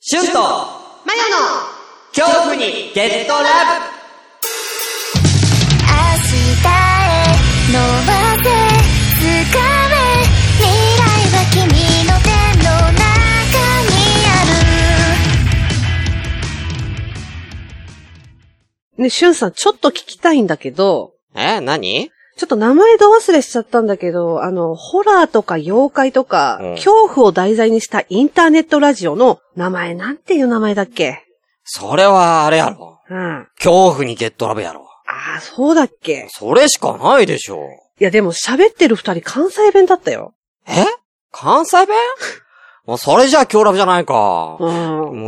シュンとマヨの恐怖にゲットラブ明日へ伸ばせ掴め未来は君の手の中にあるね、しゅんさん、ちょっと聞きたいんだけど、え何ちょっと名前ど忘れしちゃったんだけど、あの、ホラーとか妖怪とか、うん恐怖を題材にしたインターネットラジオの名前なんていう名前だっけそれはあれやろ。うん。あ恐怖にゲットラブやろ。あ、そうだっけそれしかないでしょ。いや、でも喋ってる二人関西弁だったよ。え関西 弁もうそれじゃあ恐ラブじゃないか。うもん。う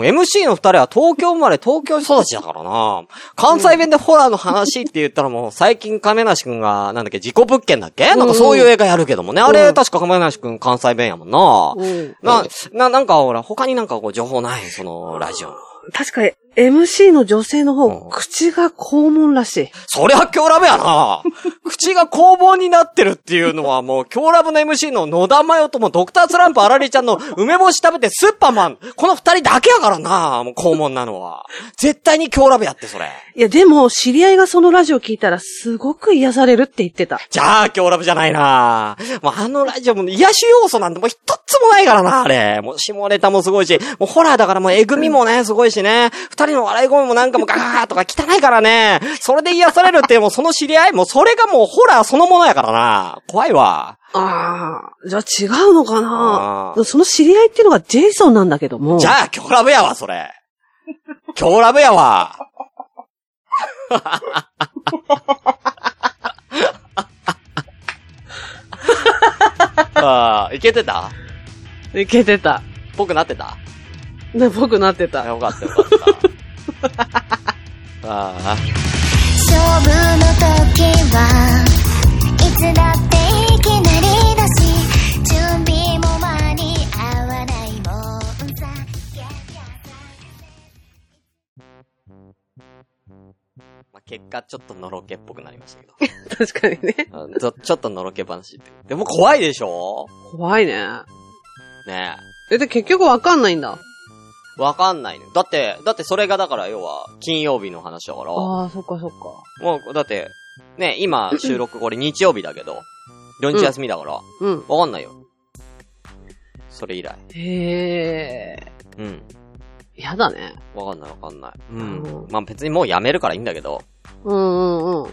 MC の二人は東京生まれ東京育ちだからな。関西弁でホラーの話って言ったらもう最近亀梨くんが、なんだっけ、事故物件だっけなんかそういう映画やるけどもね。あれ確か亀梨くん関西弁やもんな。うん、な、な、なんかほら、他になんかこう情報ないその、ラジオの。確かに、MC の女性の方、うん口が肛門らしい。そりゃ強ラブやな 口が工房になってるっていうのはもう強ラブの MC の野田真代ともドクタースランプ荒りちゃんの梅干し食べてスーパーマン、この二人だけやからなもう肛門なのは。絶対に強ラブやって、それ。いや、でも、知り合いがそのラジオ聞いたら、すごく癒されるって言ってた。じゃあ、強ラブじゃないなもうあのラジオも癒し要素なんてもう一つもないからな、あれ。もう下ネタもすごいし、もうホラーだからもうえぐみもね、すごいしね。二人の笑い声もなんかもうガガガとか汚いからね。それで癒されるって、もうその知り合い、もうそれがもうホラーそのものやからな怖いわ。ああ、じゃあ違うのかあーなその知り合いっていうのがジェイソンなんだけども。じゃあ、強ラブやわ、それ。強ラブやわ。 ああ、いけてたいけてた。ぽくなってたね、僕なってあた。よかったよか った。ああ。勝負の時はいつだっていきなりだし準備も間に合わないもんさまあ、結果、ちょっとのろけっぽくなりましたけ ど。確かにね。あちょちょっとのろけ話って。でも怖いでしょ怖いね。ねえ、で、結局わかんないんだ。え。わかんないね。だって、だってそれがだから要は、金曜日の話だから。ああ、そっかそっか。もう、だって、ね、今、収録これ日曜日だけど、土日休みだから、うん。わかんないよ。それ以来。へえ、うん。やだね。わかんないわかんない。ううんん。まあ別にもうやめるからいいんだけど、うんうんうん。うん。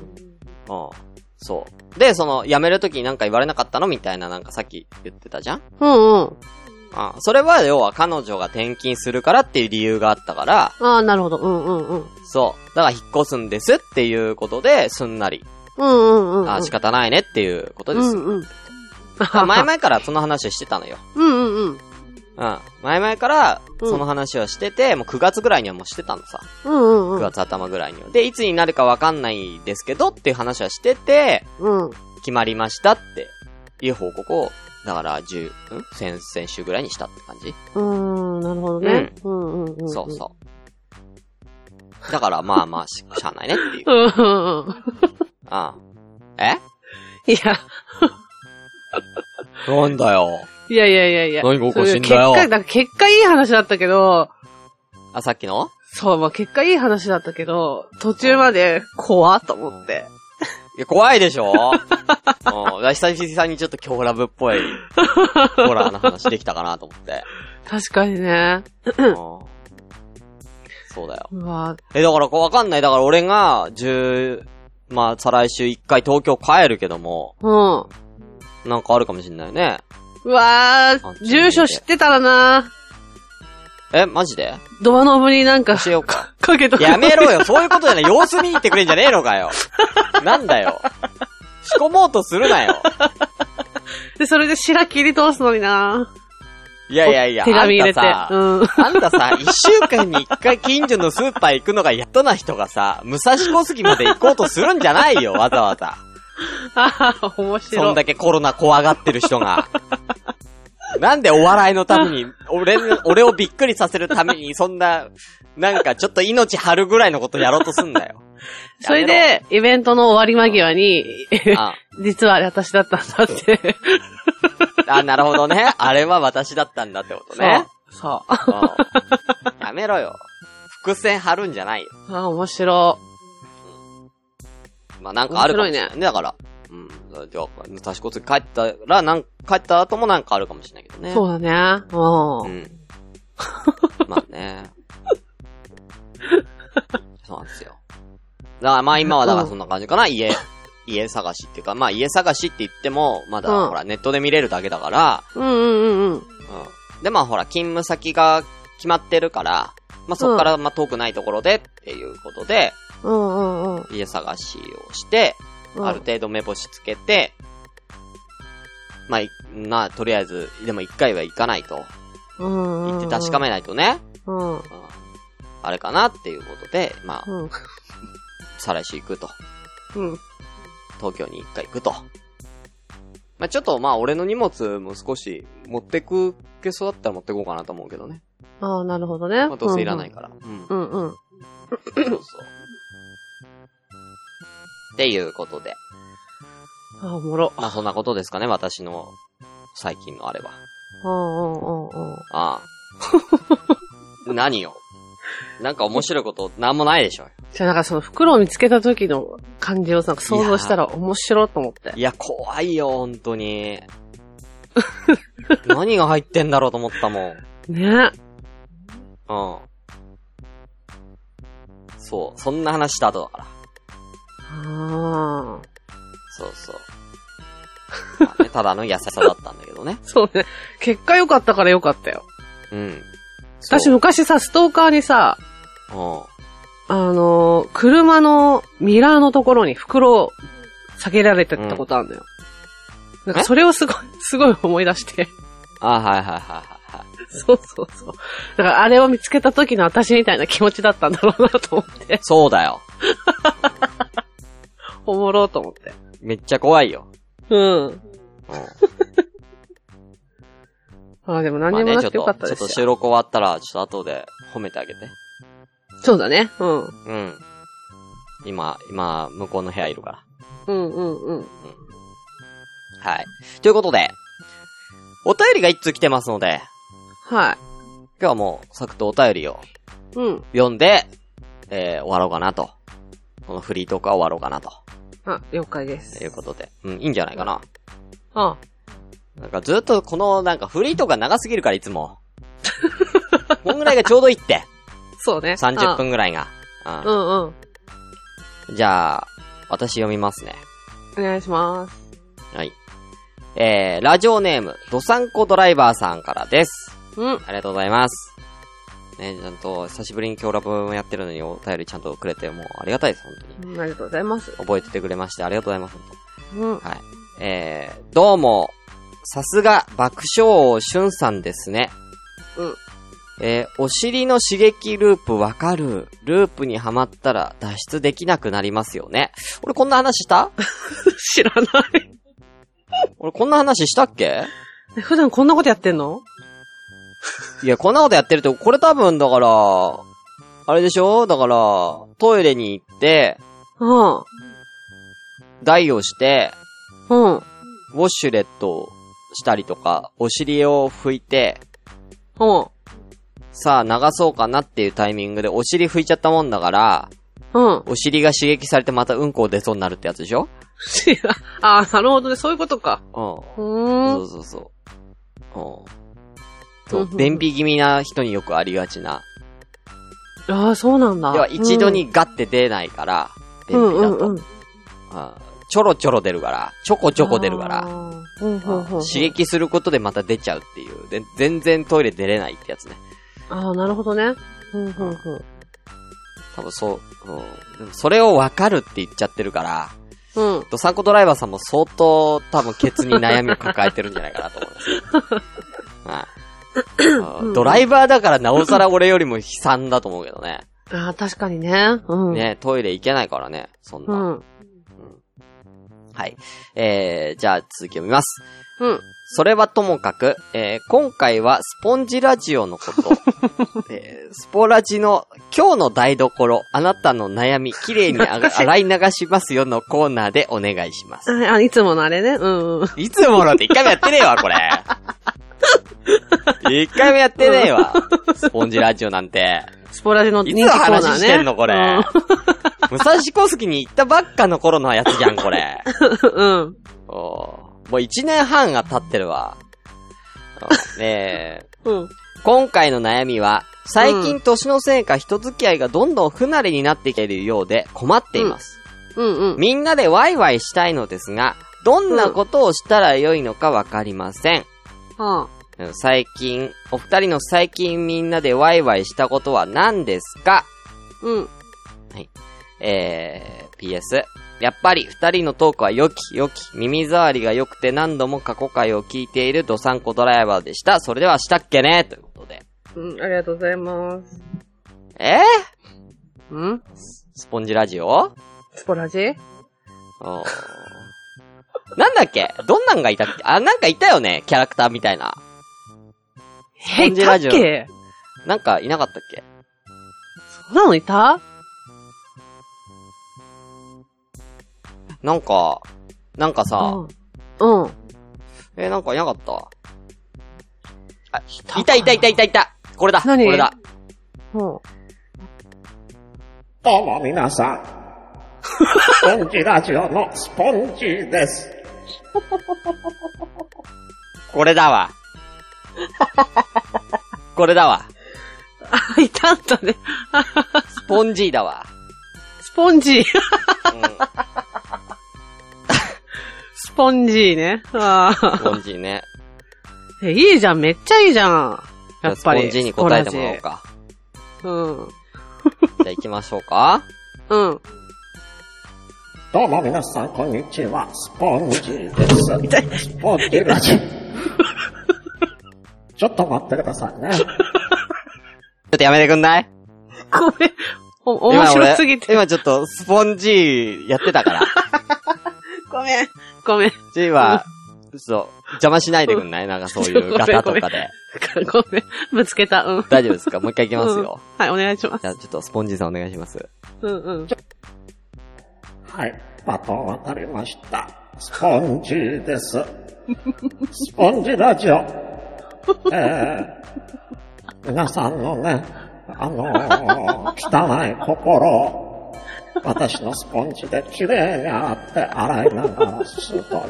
そう。で、その、辞めるときになんか言われなかったのみたいななんかさっき言ってたじゃんうんうん。あそれは要は彼女が転勤するからっていう理由があったから、ああ、なるほど。うんうんうん。そう。だから引っ越すんですっていうことで、すんなり。うんうんうんうん。あ仕方ないねっていうことです。うんうん。まあ前々からその話をしてたのよ。 うんうんううん。ん。前々から、うんその話はしてて、もう9月ぐらいにはもうしてたのさ。うんうんう9ん。月頭ぐらいには。で、いつになるかわかんないですけどっていう話はしてて、うん。決まりましたっていう報告を、だから10、ん先々週ぐらいにしたって感じ、うん、なるほどね。うんうんうん。そうそう。だからまあまあし、しゃあないねって いう。う。うんうんうん。ああえいや、なんだよ。いやいやいやいや。何がおかしいんだよそれ結果、だから結果いい話だったけど、あ、さっきのそう、まあ結果いい話だったけど、途中まで怖っと思って。いや、怖いでしょうん。だから久々にちょっと強ラブっぽい、ホラーの話できたかなと思って。確かにね。うん。そうだよ。うわえ、だからこうわかんない。だから俺が、十、まあ、再来週一回東京帰るけども、うん。うなんかあるかもしんないよね。わあー、住所知ってたらなえ、マジでドアノブになんか教えよう か。かけとくやめろよ、そういうことじゃない。様子見に行ってくれんじゃねえのかよ。なんだよ。仕込もうとするなよ。で、それで白切り通すのにないやいやいや、手紙入れて。あんたさ、うん。あんたさ、一週間に一回近所のスーパー行くのがやっとな人がさ、武蔵小杉まで行こうとするんじゃないよ、わざわざ。ああ、 面白そんい。だけコロナ怖がってる人が。なんでお笑いのために、俺の、俺をびっくりさせるために、そんな、なんかちょっと命張るぐらいのことやろうとすんだ よ。それで、イベントの終わり間際に、 やめろ、あ実はあれ私だったんだって。 あ、なるほどね。あれは私だったんだってことね。そう。うんめろよ。伏線張るんじゃないよ。ああ、面白まあ、なんかあるかもしれない面白ね。だから。うん。じゃあ、確かに帰ったら、なん、帰った後もなんかあるかもしれないけどい。ね。。そううだね。う。うん ん。まあね。そうなんですよ。だからまあ今はだからそんな感じかな、家、家探しっていうか、まあ家探しって言っても、まだ、うんほらネットで見れるだけだから、うんうんうんうん。でまあほら、勤務先が決まってるから、まあそこからまあ遠くないところでっていうことで、うん。うんうんうん。家探しをして、うんある程度目星つけて、まあ、いまあ、とりあえず、でも一回は行かないと。うんうん行うってん。確かめないとね。うん。うん。うんあれかなっていうことで、まあ、再来週行くと。うん。東京に一回行くと。まあ、ちょっとまあ、俺の荷物も少し持ってくけそうだったら持ってこうかなと思うけどね。ああ、なるほどね。まあ、どうせいらないから。うん。うんうん。うんそうそう。っていうことで。ああ、おもろ。まあ、そんなことですかね、私の最近のあれは。うんうんうんうん。ああ。 何よ。なんか面白いこと、なんもないでしょ。じゃあなんかその袋を見つけた時の感じをなんか想像したら面白いと思って。いや、怖いよ、本当に。 何が入ってんだろうと思ったもん。ね。うん。そう、そんな話した後だから。ああ。そうそう。まあね、ただの優しさだったんだけどね。そうね。結果良かったから良かったよ。うん。そう私昔さ、ストーカーにさ、うん。あのー、車のミラーのところに袋を下げられてったことあるのよ。なんかそれをすごい、すごい思い出して。あ、はいはいはいはいはい。そうそうそう。だからあれを見つけた時の私みたいな気持ちだったんだろうなと思って。 そうだよ。おもろうと思って。めっちゃ怖いよ。うん。うん。ああ、でも何にもなくてよかっちたょでっとす収よ。録終わったら、ちょっと後で褒めてあげて。そうだね。うん。うん。今、今、向こうの部屋いるかうんうんうん。ら。はい。ということで、お便りが一通来てますので、はい。今日はもう、サクッとお便りをうん。読んで、えー、終わろうかなと。このフリートークは終わろうかなと。あ、了解です。いうことで。うん、いいんじゃないかな。あなんかずっとこの、なんかフリートークが長すぎるから、いつ も。こんぐらいがちょうどいいって。そうね。 30分ぐらいが。あ。うんうん。うん。じゃあ、私読みますね。お願いします。はい。えー、ラジオネーム、ドサンコドライバーさんからです。うん。ありがとうございます。ね、ちゃんと、久しぶりに今日ラブもやってるのにお便りちゃんとくれて、もうありがたいです、本当に。うんありがとうございます。覚えててくれまして、ありがとうございます、本 うん。当はい。えー、どうも、さすが、爆笑王しゅんさんですね。うん。えー、お尻の刺激ループわかる。ループにはまったら脱出できなくなりますよね。俺こんな話した知らない。俺こんな話したっけえ普段こんなことやってんのいや、こんなことやってると、これ多分、だから、あれでしょだから、トイレに行って、うん。台をして、うん。ウォッシュレットをしたりとか、お尻を拭いて、うん。さあ流そうかなっていうタイミングでお尻拭いちゃったもんだから、うん。お尻が刺激されてまたうんこ出そうになるってやつでしょ知ら、あーなるほどね。そういうことか。ううーん。ん。そううそうそう。うん。そう、便秘気味な人によくありがちな。ああ、そうなんだ。要は一度にガッて出ないから、う便ん、秘うだんと。うんうん。あーちょろちょろ出るから、ちょこちょこ出るから、あー。うん、うん、うん。あー刺。激することでまた出ちゃうっていう。で、全然トイレ出れないってやつね。ああ、なるほどね。うん、うん、うん。多分そう、うんでもそれをわかるって言っちゃってるから、うん。ドサンコドライバーさんも相当多分ケツに悩みを抱えてるんじゃないかなと思い ます。はいあードライバーだからなおさら俺よりも悲惨だと思うけどね。ああ、確かにね。うん。。ね、トイレ行けないからね、そんうな。ん。うん。はい。えー、じゃあ続き読みます。それはともかく、えー今回はスポンジラジオの こと、えースポラジの今日の台所、あなたの悩み、きれいにあ が洗い流しますよのコーナーでお願いします。 あ、あいつものあれね。うん、うん。 いつものって一回もやってねえわ、これ。一回もやってねえわ。 スポンジラジオなんて。スポラジのい人つの気コーナーね。話してんのこれ。 武蔵小杉に行ったばっかの頃のやつじゃん、こ れ。うん。うん。おーもう一年半が経ってるわ。おねえ。うん。今回の悩みは、最近年のせいか人付き合いがどんどん不慣れになってきているようで困っています。うんうん。みんなでワイワイしたいのですが、どんなことをしたらよいのかわかりません。はうん最近、お二人の最近みんなでワイワイしたことは何ですかあ。うん。えー、PS。やっぱり二人のトークは良き良き、耳障りが良くて何度も過去回を聞いているドサンコドライバーでした。それではしたっけねということで。うん。ありがとうございます。えー、うんスポンジラジオスポラジおーなんだっけどんなんがいたっけあ、なんかいたよねキャラクターみたいな。へスポンジラジオいたっけなんかいなかったっけそんなのいたなんか、なんかさ、うん。うん。えーなんかいなかったあ、いたいたいたいたいたこれだこ何れだほどうも皆さん。スポンジラジオのスポンジです。これだ わこれだわうあ、 いたんだね。スポンジーだわ。スポンうジ。 ん、スポンジね。あスあ。ポンジーね。えいいじゃん、めっちゃいいじゃん。じゃやっぱり。あスポンジーに答えてもらおうか。スポラジ。じゃあ行きましょうか。うん。うん。どうも皆さん、こんにちは。スポンジです。スポンジラジオ。ちょっと待ってくださいね。ちょっとやめてくんないごめん。お、面白すぎて。今俺今ちょっとスポンジーやってたから。ごめん。ごめん。 ちょ、今、そう、邪魔しないでくんないなんかそういうガタとかで。ごめん。ぶつけた。うん。大丈夫ですかもう一回行きますよ。はい、お願いします。じゃあちょっとスポンジーさんお願いします。うんうん。はい。バトン渡りました。スポンジです。スポンジラジオ。えー、皆さんのね、あのー汚い心を、私のスポンジで綺麗に洗って洗いながらするという、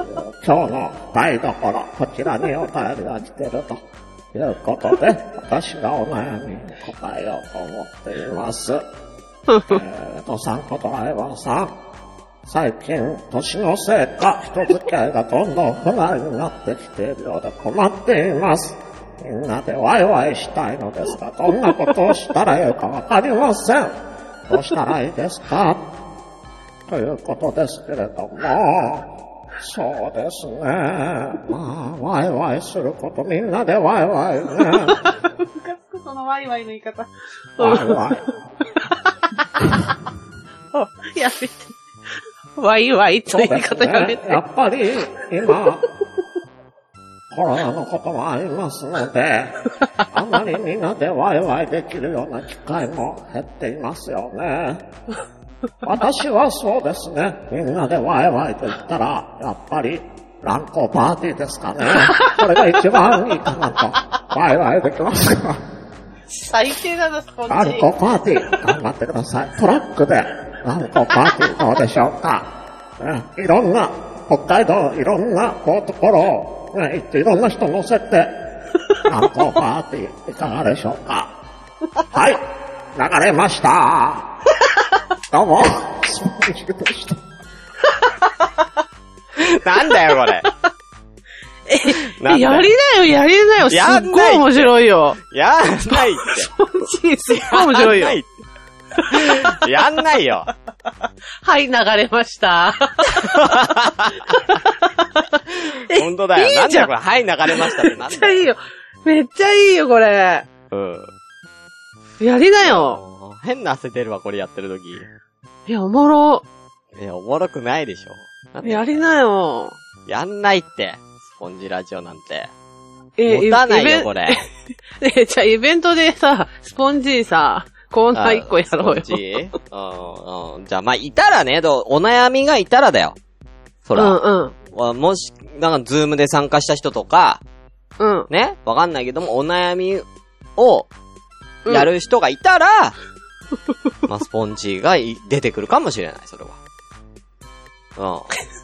今日の台所、こちらにお便りが来てるということで、私がお悩みに答えようと思っています。えーと、サンコドライバーさん。最近、年のせいか、人付き合いがどんどん不慣れになってきているようで困っています。みんなでワイワイしたいのですが、どんなことをしたらよいかわかりません。どうしたらいいですかということですけれども、そうですね。まあ、ワイワイすること、みんなでワイワイね。ムカつく、そのワイワイの言い方。ワイワイ。やめて。ワイワイとそう言でいす方やめね。て。やっぱり、今、コロナのこともありますの で、あまりみんなでワイワイできるような機会も減っていますよね。私はそうですね。みんなでワイワイと言ったら、やっぱり、乱交パーティーですか ね。これが一番いいかなと。ワイワイできますよ。最低だな、スポランコパーティー、頑張ってください。トラックで、ランコパーティーどうでしょうか。ねいろんな、北海道、いろんな、こう、ところを、ね行っていろんな人乗せて、ランコパーティー、いかがでしょうか。はい、流れました。どうも、スポンジでした。なんだよ、これ。 なやんりだよなよ、やりなよ。すやっんごないい面白いよ。やんないって。スポンジ、すっごい面白いよ。よ。やんないよ。はい、流れました。本当だよ。いいなんじだゃよんこれ。はい、流れましたってなんめっちゃだよ。いいよ。めっちゃいいよ、これ。うん。やりなよ。変な汗出るわ、これやってる時。いや、おもろ。いや、おもろくないでしょ。なんでやりなよ。やんないって。スポンジラジオなんて。え持たないイベよ、ンこれ。 え、じゃあイベントでさ、スポンジさ、コー ナー一個やろうよあ。スポンジうん、うん。じゃあ、まあ、いたらね、どうお悩みがいたらだよ。そら。うんうん。わもし、なんか、ズームで参加した人とか、うん。ね、わかんないけども、お悩みをうんやる人がいたら、 まあ、スポンジがい出てくるかもしれない、それは。 うん。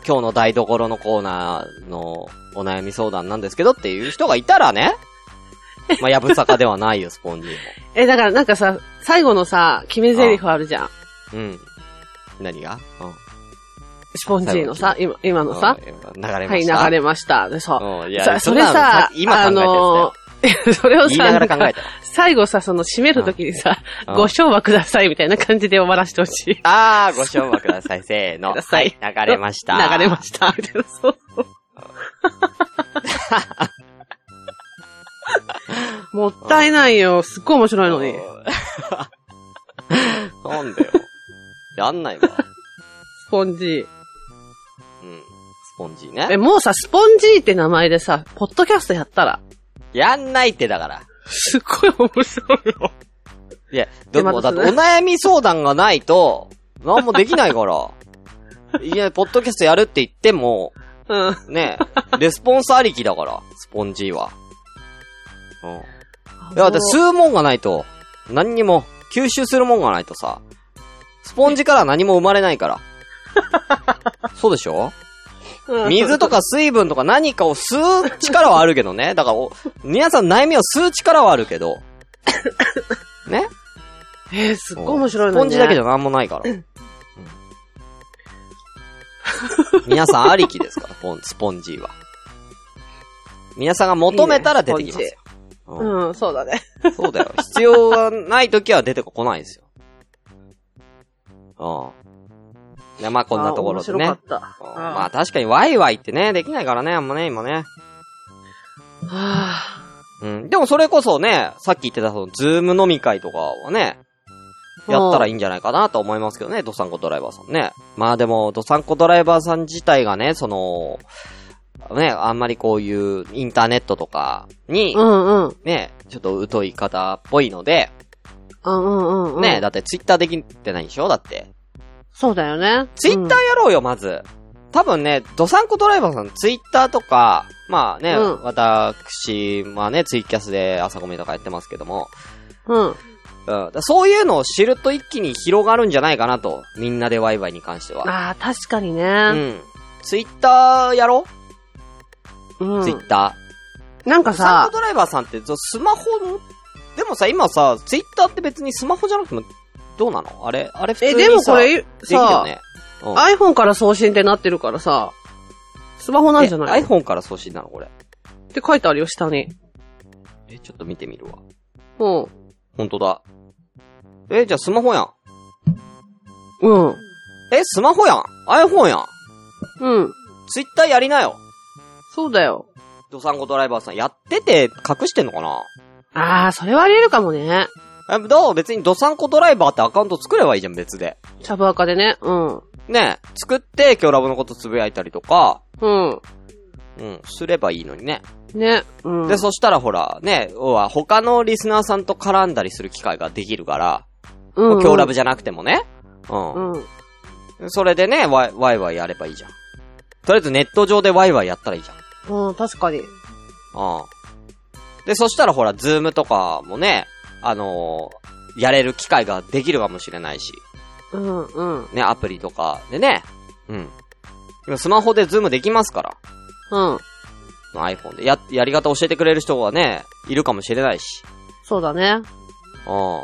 今日の台所のコーナーのお悩み相談なんですけどっていう人がいたらね、まあ、やぶさかではないよ、スポンジも。え、だからなんかさ、最後のさ、決め台詞あるじゃん。うん。何がうん。スポンジのさ、今、今のさ。うん流れまはい、し流た。れました。でさ、うん、いや、さそそれれささ、、今考えてるあのー それを言いさ、ながら考なえんたか最後さ、その締めるときにさ、うんご賞和くださいみたいな感じで終わらしてほしい。あー、ご賞和ください。せーの。くだ さいは流れました。 流れま した。みたいな、そう。もったいないよ。すっごい面白いのに。うん なんだよ。やんないわ。スポンジ。うん。スポンジえ、ね。もうさ、スポンジって名前でさ、ポッドキャストやったら、やんないってだから。すっごい面白いよ。いや、でも、だでっておまたそれ悩み相談がないと、なんもできないから。 いや、ポッドキャストやるって言っても、うん。ね、レスポンスありきだから、スポンジは。うん。いや、だって吸うもんがないと、何にも、吸収するもんがないとさ、スポンジから何も生まれない から。そうでしょうん水とか水分とか何かを吸う力はあるけどね。だからお、皆さんの悩みを吸う力はあるけど。 ねえー、すっごい面白いのに、ね。スポンジだけじゃ何もないから。うん皆さんありきですから、スポンスポンジは。皆さんが求めたら出てきますよいいね。うんうん、そうだね。そうだよ。必要がないときは出てこないですよ。うん。いや、まあこんなところでね。うあ面ん白かった。まあ確かにワイワイってね、できないからね、あんまね、今ね。あ、はうん。でもそれこそね、さっき言ってたその、ズーム飲み会とかはね、やったらいいんじゃないかなと思いますけどね、ドサンコドライバーさんね。まあでも、ドサンコドライバーさん自体がね、その、ね、あんまりこういうインターネットとかにあ、うんうん。ね、ちょっと疎い方っぽいので、うんうんうん。ね、だってツイッターできてないでしょだって。そうだよね。ツイッターやろうよ、まず。多分ね、ドサンコドライバーさん、ツイッターとか、まあね、うん私、まあね、ツイキャスで朝ごめんとかやってますけども、うん。ううん。ん、だからそういうのを知ると一気に広がるんじゃないかなと、みんなでワイワイに関しては。ああ、確かにうね。ん。ツイッターやろうん。ツイッタなんかー。ドサンさコ、ドライバーさんって、そうスマホの、でもさ、今さ、ツイッターって別にスマホじゃなくても、どうなのあれ、あれ普通にえ、さ、でもこでれきるよさ、ね。うん iPhone から送信ってなってるからさ、スマホなんじゃないえ ?iPhone から送信なのこれ。って書いてあるよ、下に。え、ちょっと見てみるわ。うん。ほんとだ。え、じゃあスマホやん。うん。え、スマホやん。iPhone やん。うん。ツイッターやりなよ。そうだよ。ドサンコドライバーさん。やってて隠してんのかなああ、それはあり得るかもね。え、どう別にドサンコドライバーってアカウント作ればいいじゃん、別で。シャブアカでね。うん。ねえ、作って、今日ラボのことつぶやいたりとか、うん。うん、すればいいのにね。ね。うん。で、そしたらほら、ね、要は他のリスナーさんと絡んだりする機会ができるから、うんうん今日ラブじゃなくてもね。うんうん。それでね、ワイワイワイやればいいじゃん。とりあえずネット上でワイワイやったらいいじゃん。うん、確かに。ああ。で、そしたらほら、ズームとかもね、あのーやれる機会ができるかもしれないし、うん、うん、ね、アプリとかでね。うん。今スマホでズームできますから。うん。 iPhone で。や、やり方教えてくれる人がね、いるかもしれないし。そうだね。ああ。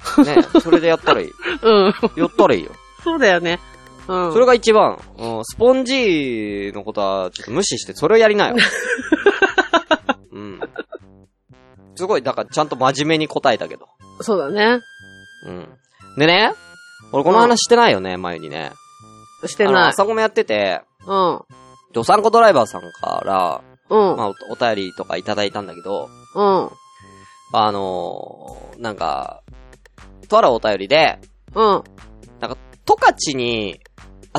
ね、それでやったらいい。うん。 やったらいいよ。そうだよね。うん。それが一番、うん、スポンジのことはちょっと無視して、それをやり なよ。うん。すごい、だからちゃんと真面目に答えたけど。そうだね。うん。でね、俺この話してないよね、前にね。してあのない。朝ごめやってて、うん。ドサンコドライバーさんから、うん。まあ、おお便りとかいただいたんだけど、うん。あのーなんか、とあるお便りで、うん。トカチに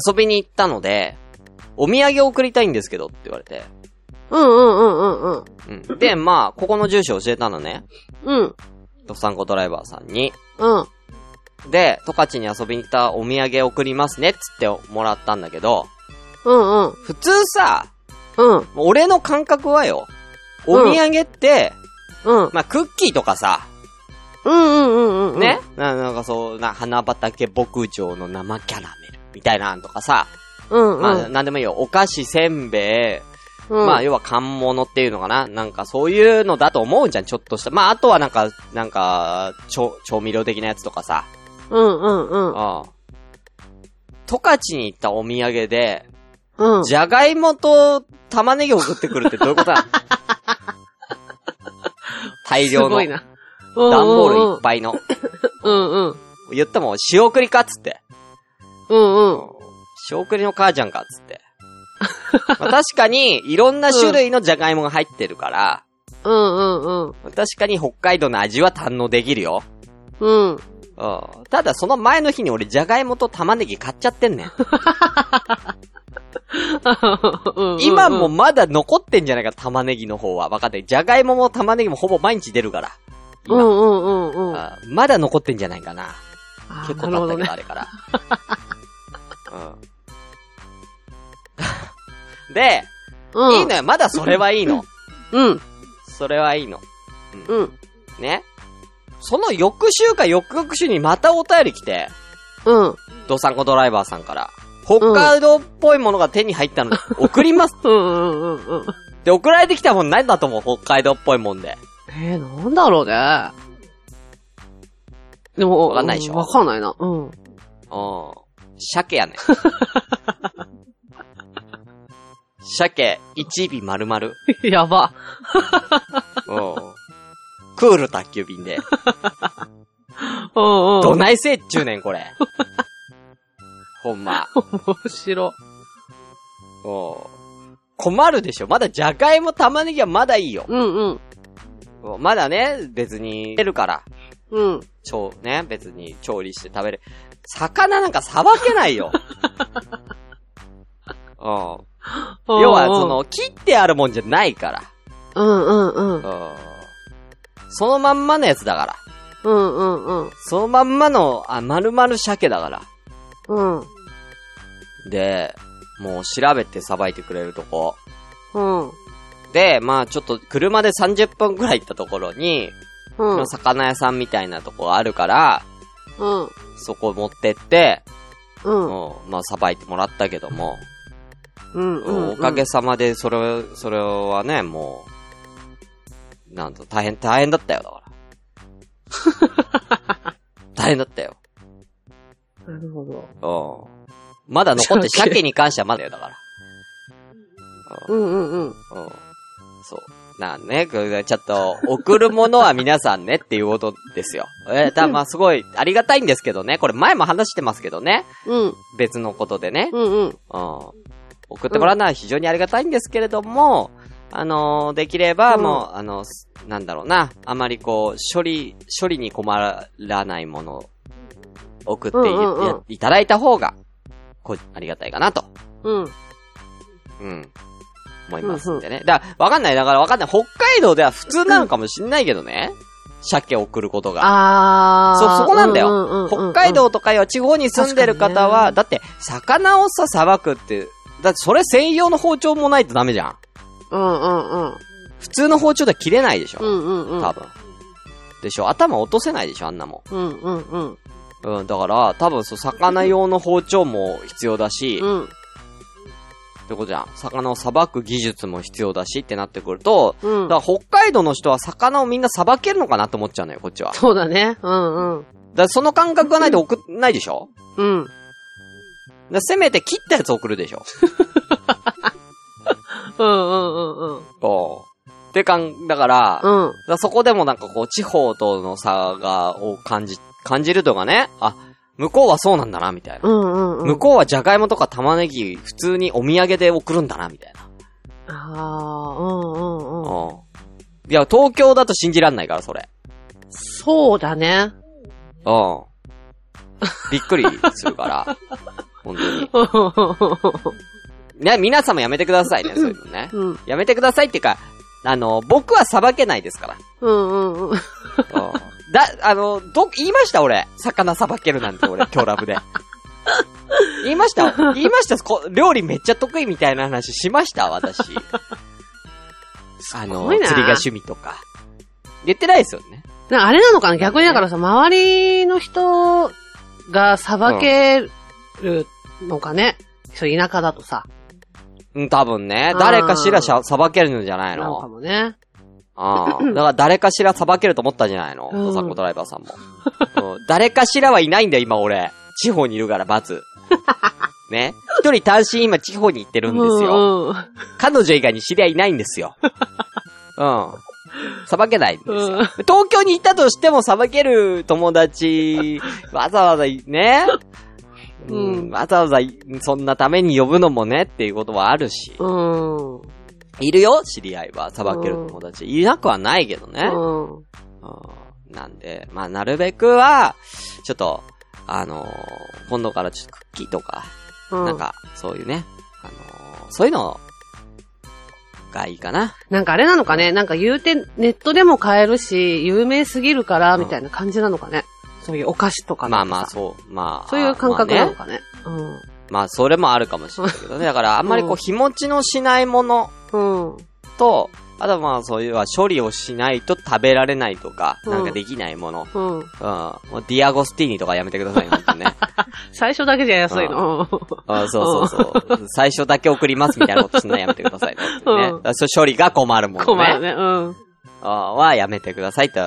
遊びに行ったので、お土産を送りたいんですけどって言われて。うんうんうんうんうん。うん。 で、まあ、ここの住所教えたのね。うん。ドサンコドライバーさんに。うん。で、トカチに遊びに行ったお土産送りますねっつってもらったんだけど、うんうん。普通さ、うん。俺の感覚はよ、お土産って、うん。まあ、クッキーとかさ、うんうんうんうん。ね、ななんかそう、な、花畑牧場の生キャラメルみたいなんとかさ、うんうん。まあ、なんでもいいよ。お菓子、せんべい、うん、まあ、要は缶物っていうのかななんかそういうのだと思うじゃん、ちょっとした。まあ、あとはなんか、なんか、調、調味料的なやつとかさ。うんうんううん。ん。十勝に行ったお土産で、うん。じゃがいもと玉ねぎ送ってくるってどういうこと だ大量のすごい段な。ボールいっい。ぱいの。うんうん。言ったもん、仕送りかっつって。うんうん。仕送りの母ちゃんかっつっ て。まあ確かに、いろんな種類のじゃがいもが入ってるから、うんうんうん。確かに北海道の味は堪能できるよ。うん。うん。ただその前の日に俺じゃがいもと玉ねぎ買っちゃってんねん。今もまだ残ってんじゃないか、玉ねぎの方は。わかんない。じゃがいもも玉ねぎもほぼ毎日出るから。今うんうんうんうん。あまだ残ってんじゃないかな。あ結ーな構経ったるほどけねど、。あれ から。うん。で、うん。いいのよ。まだそれはいい の。うん。それはいいの。うん。ね。その翌週か翌々週にまたお便り来て、うん。ドサンコドライバーさんから、北海道っぽいものが手に入ったので、送り ます。うんうんうんうん。で、送られてきたもん何だと思う北海道っぽいもんで。えー、なんだろうね。でも、わかんないでしょうわかんないな。うん。う ん。鮭やね。鮭、一尾丸々。うん。やば。クール宅急便で。うんうん。どないせえっちゅうねん、これ。ほんま。面白。うん困るでしょ。まだじゃがいも玉ねぎはまだいいよ。うんうん。うんまだね、別に、出るから。うん。調、ね、別に調理して食べる。魚なんかさばけないよ。うん。要は、その、切ってあるもんじゃないから。うんうんうん。そのまんまのやつだから。うんうんうん。そのまんまの、あ、丸々鮭だから。うん。で、もう調べてさばいてくれるとこ。うん。で、まあちょっと車で30分くらい行ったところに、うん。の魚屋さんみたいなとこがあるから、うん。そこ持ってって、うん。うん、まあさばいてもらったけども、うんうんうん。おかげさまでそれ、それはね、もう、なんと大変、大変だったよ、だから。 大変だったよ。なるほど。うん。まだ残って、鮭鮭に関してはまだよ、だから。うんうんうん。うん。そう。なんね、これちょっと、送るものは皆さんねっていうことですよ。えー、たまあすごい、ありがたいんですけどね。これ前も話してますけどね。うん。別のことでね。うんううん。ん。送ってもらうのは非常にありがたいんですけれども、あのーできればうんもう、あの、すなんだろうな。あまりこう、処理、処理に困らないものを送ってい,、うんうんうんいただいた方が、こう、ありがたいかなと。うん。うん。思いますんでね。だから、わかんない。だからわかんない。北海道では普通なのかもしんないけどね。鮭送ることが。あー。そう、そこなんだうんうんうよ。北ん海。道とかよ、地方に住んでる方は、だって、魚をさ、捌くって、だってそれ専用の包丁もないとダメじゃん。うんうんうん。普通の包丁では切れないでしょ。うんうんうん。多分。でしょ頭落とせないでしょあんなもうんうんうん。ん。うん、だから、多分そう、魚用の包丁も必要だし、うんってことじゃん。魚を捌く技術も必要だしってなってくると、うん。だから北海道の人は魚をみんなさばけるのかなって思っちゃうのよ、こっちは。だかそうだね。うんうん。らその感覚がないと送んないでしょうん。だからせめて切ったやつ送るでしょうんうんうんうん。おって感、だから、だかうん。らそこでもなんかこう、地方との差が、を感じ、感じるとかね、あ、向こうはそうなんだな、みたいな。うんうんうん。向こうはじゃがいもとか玉ねぎ、普通にお土産で送るんだな、みたいな。あー、うんうんうん。おいや、東京だと信じらんないから、それ。そうだね。うん。びっくりする から。本当に。うね、皆様やめてくださいね、そういうのね。ん。やめてくださいっていうか、あの、僕は裁けないですから。うんうんうん。 だ、あの、ど、言いました俺。魚裁けるなんて俺、今日ラ ブで。言いました言いましたこ料理めっちゃ得意みたいな話しました私。あの、ごい釣なりが趣味とか。言ってないですよね。なあれなのかな逆にだからさ、周りの人が裁けるのかね、そう、田舎だとさ。うん、多分ねう。ん誰かしらしゃ、裁けるんじゃないなのかのもね。うん。だから誰かしら裁けると思ったんじゃないのうんおさこドライバーさんも。うん誰かしらはいないんだよ、今俺。地方にいるから、ま ず。ね。一人単身今地方に行ってるんですよ。うんうん彼女以外に知り合いいないんです よ。うん。さばけないんですよ。うん東京に行ったとしてもさばける友達、わざわざいね、うんわざわざいそんなために呼ぶのもねっていうことはあるし。うん。うん。いるよ、知り合いは。さばける友達。いなくはないけどね。うんなんで、まあ、なるべくは、ちょっと、あのー今度からちょっとクッキーとか、うんなん。か、そういうね、あのーそういうの、がいいかな。なんかあれなのかねなんか言うて、ネットでも買えるし、有名すぎるから、みたいな感じなのかねそういうお菓子とかまあまあ、そそう、まあ。ういう感覚まあなねのかね。うん。まあ、それもあるかもしれないけ どね。だから、あんまりこうう、ん日持ちのしないものうん。と、あとはまあ、そういうは処理をしないと食べられないとか、うんなんかできないもの。うん。うん。もうディアゴスティーニとかやめてください、本当に ね。最初だけじゃ安いの。あそうそうそう。最初だけ送りますみたいなことすんのはやめてくださいね。ねうんだから処理が困るもんね。困るね。うん。あはやめてくださいと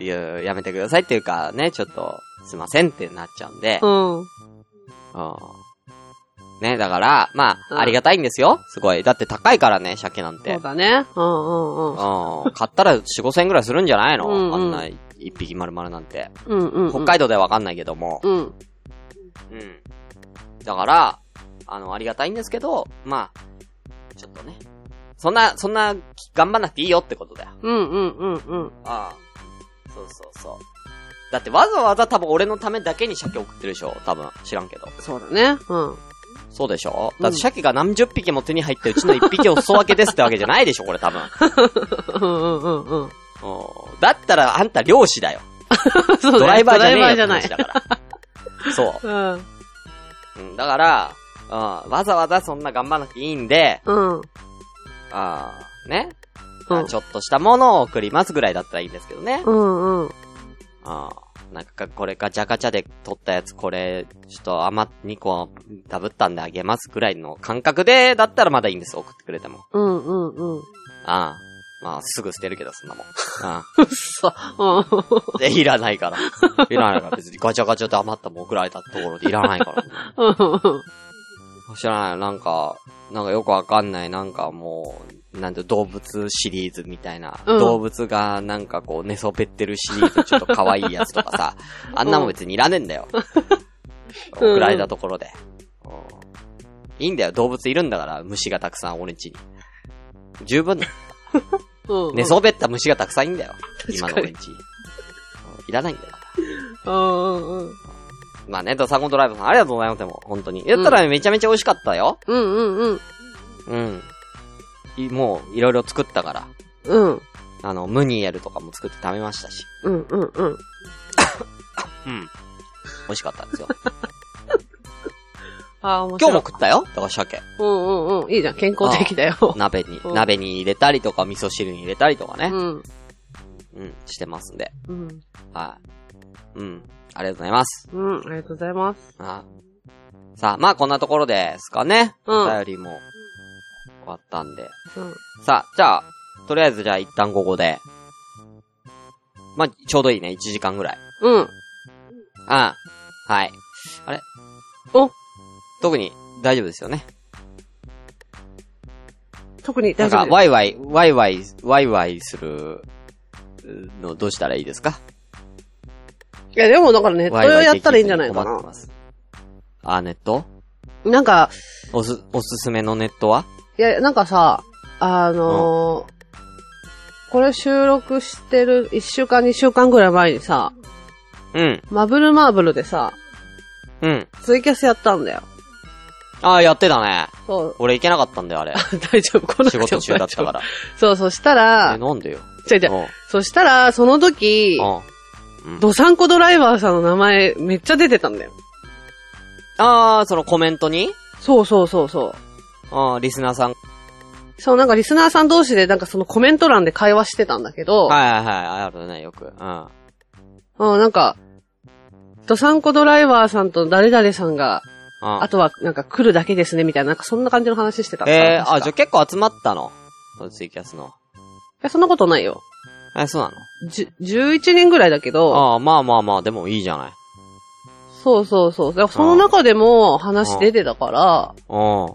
いう、やめてくださいっていうかね、ちょっと、すいませんってなっちゃうんで。うん。うんね、だから、まうんあ、ありがたいんですよ。すごい。だって高いからね、鮭なんて。そううだね。うんうんうん。ん。買ったら4、5千円ぐらいするんじゃないのうんうんあんな一匹丸々なんて。うんうんうん。北海道ではわかんないけども。うん。うん。だから、あの、ありがたいんですけど、まあ、ちょっとね。そんな、そんな、頑張んなくていいよってことだよ。うんうんうんうん。ああ。そうそうそう。だってわざわざ多分俺のためだけに鮭送ってるでしょ多分。知らんけど。そうだね。うん。そうでしょだって鮭が何十匹も手に入ってうちの一匹を裾分けですってわけじゃないでしょこれ 多分。うんうんう んうん。うんだったらあんた漁師だよ。そうだねドライバーじゃねえドラよイバーじゃなって話だい。から。そうん。う。うん、だから、うん、わざわざそんな頑張らなくていいんで、うん。あーね、うんあちょっとしたものを送りますぐらいだったらいいんですけどね。うんうん。あーなんか、これガチャガチャで取ったやつ、これ、ちょっと余っ、2個ダブったんであげますぐらいの感覚で、だったらまだいいんです、送ってくれても。うんうんうん。ああ。まあ、すぐ捨てるけど、そんなもん。あうっそ。あ。で、いらないから。いらないから、別にガチャガチャで余ったもん送られたところでいらないから。うんうんうん。知らない、なんか、なんかよくわかんない、なんかもう、なんて動物シリーズみたいな、うん動物がなんかこう寝そべってるシリーズ、ちょっと可愛いやつとかさ、あんなもん別にいらねえんだ よ。うん送られたところで。うんいいんだよ、動物いるんだから、虫がたくさん、俺んちに。十分だようんうん。寝そべった虫がたくさんいんだよ。確今かにの俺んち。うんいらないんだよ。うんうんうん。まあね、ドサゴンドライブさんありがとうございます、でも、本当に。言ったらめちゃめちゃ美味しかったよ。うんうんうん。いもう、いろいろ作ったから。うん。うん。あの、ムニエルとかも作って食べましたし。うんうんうん。うん。美味しかったん ですよ。ああ、面今白日い。も食ったよだから鮭。も。うんうんうん。いいじゃん。健康的だよ。鍋に、うん鍋に入れたりとか、味噌汁に入れたりとかうね。ん。うん、してますんで。うん。はい。うん。ありがとうございます。うん。ありがとうございます。はいさあ、まあこんなところですかね。うんお便りも終わったんで。うん。さあ、じゃあ、とりあえずじゃあ一旦ここで。まあ、ちょうどいいね。1時間ぐらい。うん。ああ、はい。あれお特に大丈夫ですよね。特にな大ん丈か、夫でワイワイ、ワイワイ、ワイワイするのどうしたらいいですかす。いや、でもだからネットワイワ用イやったらいいんじゃないでかきずに困ってな。ますあ、ネットなんか、おす、おすすめのネットはいや、なんかさ、あのーこれ収録してる1週間2週間ぐらい前にさ、うん、マブルマーブルでさ、うん。ツイキャスやったんだよ。ああ、やってたね。そう。 俺行けなかったんだよ、あれ。大丈夫、この仕事中だったから。そう、そしたえ、ら、なんでよ。違う違うう。そしたら、その時、ん。うん。ドサンコドライバーさんの名前めっちゃ出てたんだよ。ああ、そのコメントにそうそうそうそう。ああ、リスナーさんそう、なんかリスナーさん同士で、なんかそのコメント欄で会話してたんだけど、はいはいはい、あるね、よく。うん。あうん、なんか、ドサンコドライバーさんと誰々さんが、あとはなんか来るだけですね、みたいな、なんかそんな感じの話してたから。えー、確かあ、じゃあ結構集まったのそのツイキャスの。いや、そんなことないよ。え、そうなじゅ、11人ぐらいだけのど、ああ、まあまあまあ、でもいいじゃない。そうそうそう。だからその中でも話出てたから、う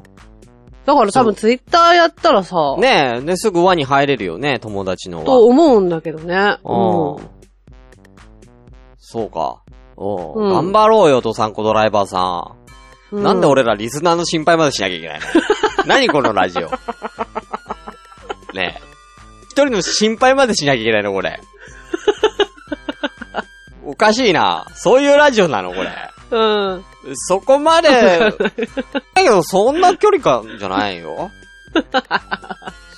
だから多分ツイッターやったらさ、ん。ねえ、ね、すぐ輪に入れるよね、友達の輪。と思うんだけどね。う。うんそうか。おううん頑張ろうよ、ドサンコドライバーさん。ん。なんで俺らリスナーの心配までしなきゃいけ ないの何このラジオ。ねえ。一人の心配までしなきゃいけないの、これ。おかしいな。そういうラジオなの、これ。うん。そこま で、だけどそんな距離感じゃない よ。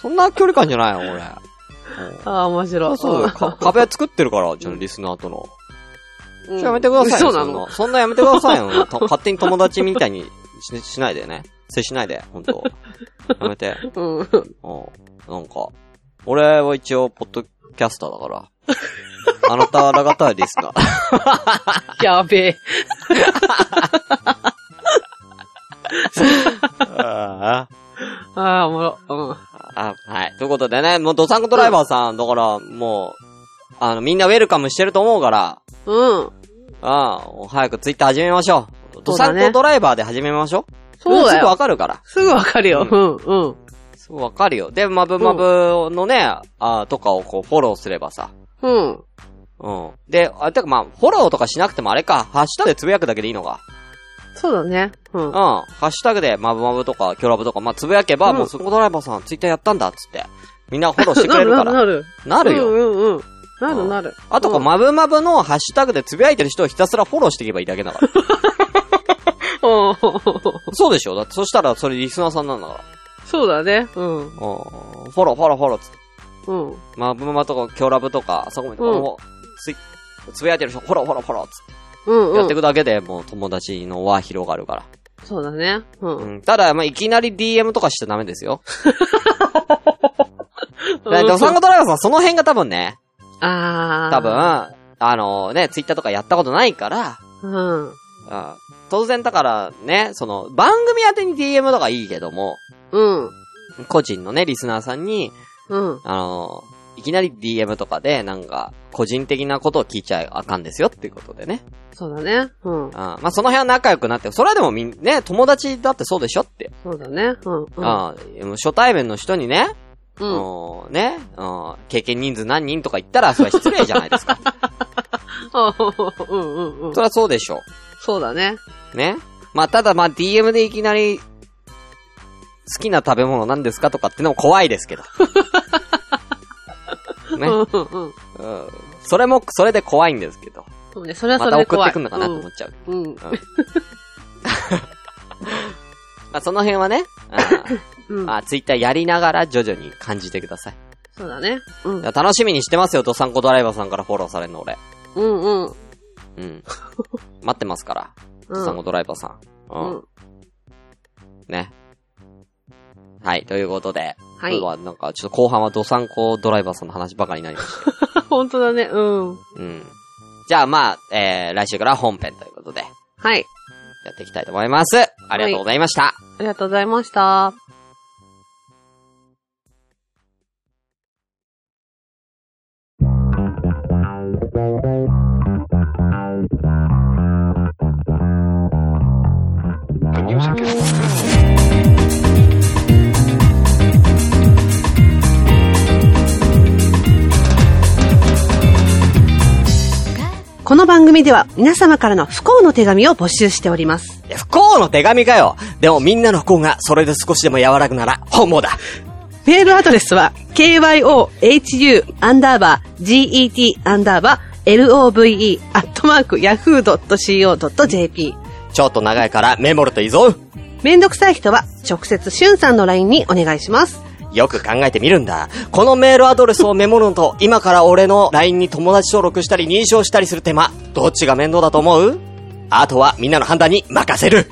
そんな距離感じゃないよ、俺。うんああ、面白い。そうだよか壁作ってるから、じゃあリスナーとの。うんやめてくださいよ。そうなのんそんなやめてください よ。と勝手に友達みたいにししないでね。接しないで、ほんと。やめて。うん。うん。なんか、俺は一応、ポッドキャスターだから。あなたら方はリス ナー。やべえ。あああ、おもろ。うん。あはい。ということでね、もうドサンコドライバーさん、だから、もう、あの、みんなウェルカムしてると思うから、うん。ああ、早くツイッター始めましょう。ドそうサだンねコドライバーで始めましょう。そうだすぐわよ。かるから。すぐわかるよ。ううん、うん。すぐわかるよ。で、マブマブのね、あーとかをこう、フォローすればさ。うん。うん。で、あ、てかまあ、フォローとかしなくてもあれか、ハッシュタグでつぶやくだけでいいのか。そうだね。ううん。ん。ハッシュタグで、マブマブとか、キョラブとか、まあ、つぶやけば、うんもう、そこドライバーさん、ツイッターやったんだ、っつって。みんなフォローしてくれるかなら。るななる。るよ。うんうんうん。なるなる。あとか、うん、マブマブのハッシュタグでつぶやいてる人をひたすらフォローしていけばいいだけだから。 うんそうでしょだって、そしたら、それリスナーさんなんだから。 そうだね。うん。うん。フォロー、フォロー、フォロー、つって。うん。マブマブとか、キョラブとか、サコミとか、うんもう、ツイつぶやいてる人、フォロー、フォロー、フォロー、つって。うん、うん。やっていくだけでもう友達の輪広がるから。そうだね。うん。ううんん。ただ、まあ、いきなり DM とかしちゃダメですよ。でドサンゴドライバーさん、その辺が多分ね、ああ。多分、。あのね、ツイッターとかやったことないから、うん。うん当然だからね、その、番組宛てに DM とかいいけども、うん。個人のね、リスナーさんに、うん。あのいきなり DM とかで、なんか、個人的なことを聞いちゃあかんですよっていうことでね。そうだね。うんうん。まあ、その辺は仲良くなって、それはでもみん、ね、友達だってそうでしょって。そうだね。うん。うん。ああもう初対面の人にね、う。うんん、ね、うん、経験人数何人とか言ったら、それは失礼じゃないです か。うんうんうんそ。れはそうでしょそうだね。う。ね。まあ、ただまあ、DM でいきなり、好きな食べ物何ですかとかってのも怖いです けど。うね。んうんうん。うん。それも、それで怖いんですけど。そうね、それはそまれたで送っ怖てい。くんのかなと思っちゃう。うん。うん。まあ、その辺は ね、ううんん、まあ、ツイッターやりながら徐々に感じてください。そうだね。うんい。や楽しみにしてますよ、ドサンコドライバーさんからフォローされるの俺。うんうん。 うん。待ってますから。うんサンゴドライバーさん。ううん。ん。ね。はい、ということで。はい今日はなんか、ちょっと後半はドサンコドライバーさんの話ばかりになりました。本当だね。うん。うん。じゃあまあ、えー、来週から本編ということで、はい。やっていきたいと思います。ありがとうございました。ありがとうございました。この番組では皆様からの不幸の手紙を募集しております。いや不幸の手紙かよでもみんなの不幸がそれで少しでも和らぐなら、本望だメールアドレスは、kyohu アンダーバー get アンダーバー love アットマーク yahoo.co.jp ちょっと長いからメモるといいぞめんどくさい人は直接しゅんさんの LINE にお願いします。よく考えてみるんだ。このメールアドレスをメモるのと、今から俺の LINE に友達登録したり認証したりする手間、どっちが面倒だと思うあとはみんなの判断に任せる。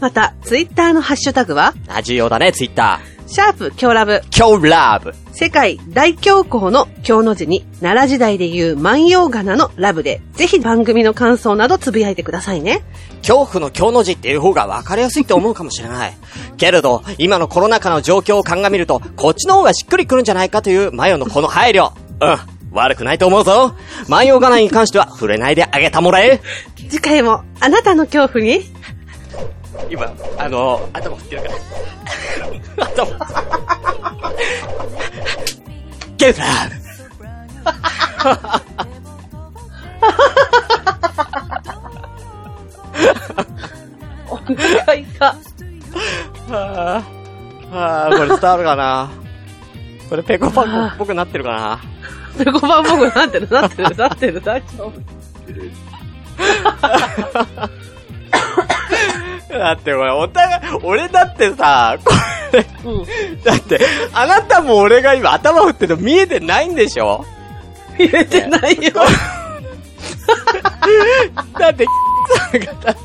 また、ツイッターのハッシュタグは、あ、重要だね、ツイッター。シャープ今日ラブ。今日ラブ。世界大恐慌の今日の字に、奈良時代で言う万葉仮名のラブで、ぜひ番組の感想などつぶやいてくださいね。恐怖の今日の字っていう方が分かりやすいと思うかもしれない。けれど、今のコロナ禍の状況を鑑みると、こっちの方がしっくりくるんじゃないかというマヨのこの配慮。うん、悪くないと思うぞ。万葉仮名に関しては触れないであげたもらえ。次回もあなたの恐怖に、今、あの、頭振ってるから。頭。ゲルラお願いが。はぁ、はぁ、これ伝わるかなこれペコパコっぽくなってるかなペコパン僕なってる、なってる、なってる、大丈夫。だってこれ、お互い、 俺だってさ、これ、うん。だって、あなたも俺が今頭振ってるの見えてないんでしょ入れてないよ。だって、さんが、だって、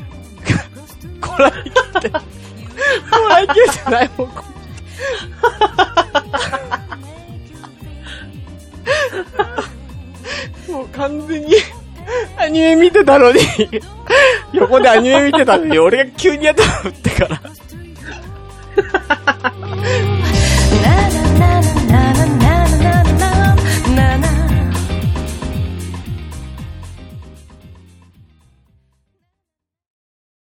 こらえきって、こらえきれてないもん、こもう完全に、アニメ見てたのに、横でアニメ見てたのに、俺が急に頭打ってから。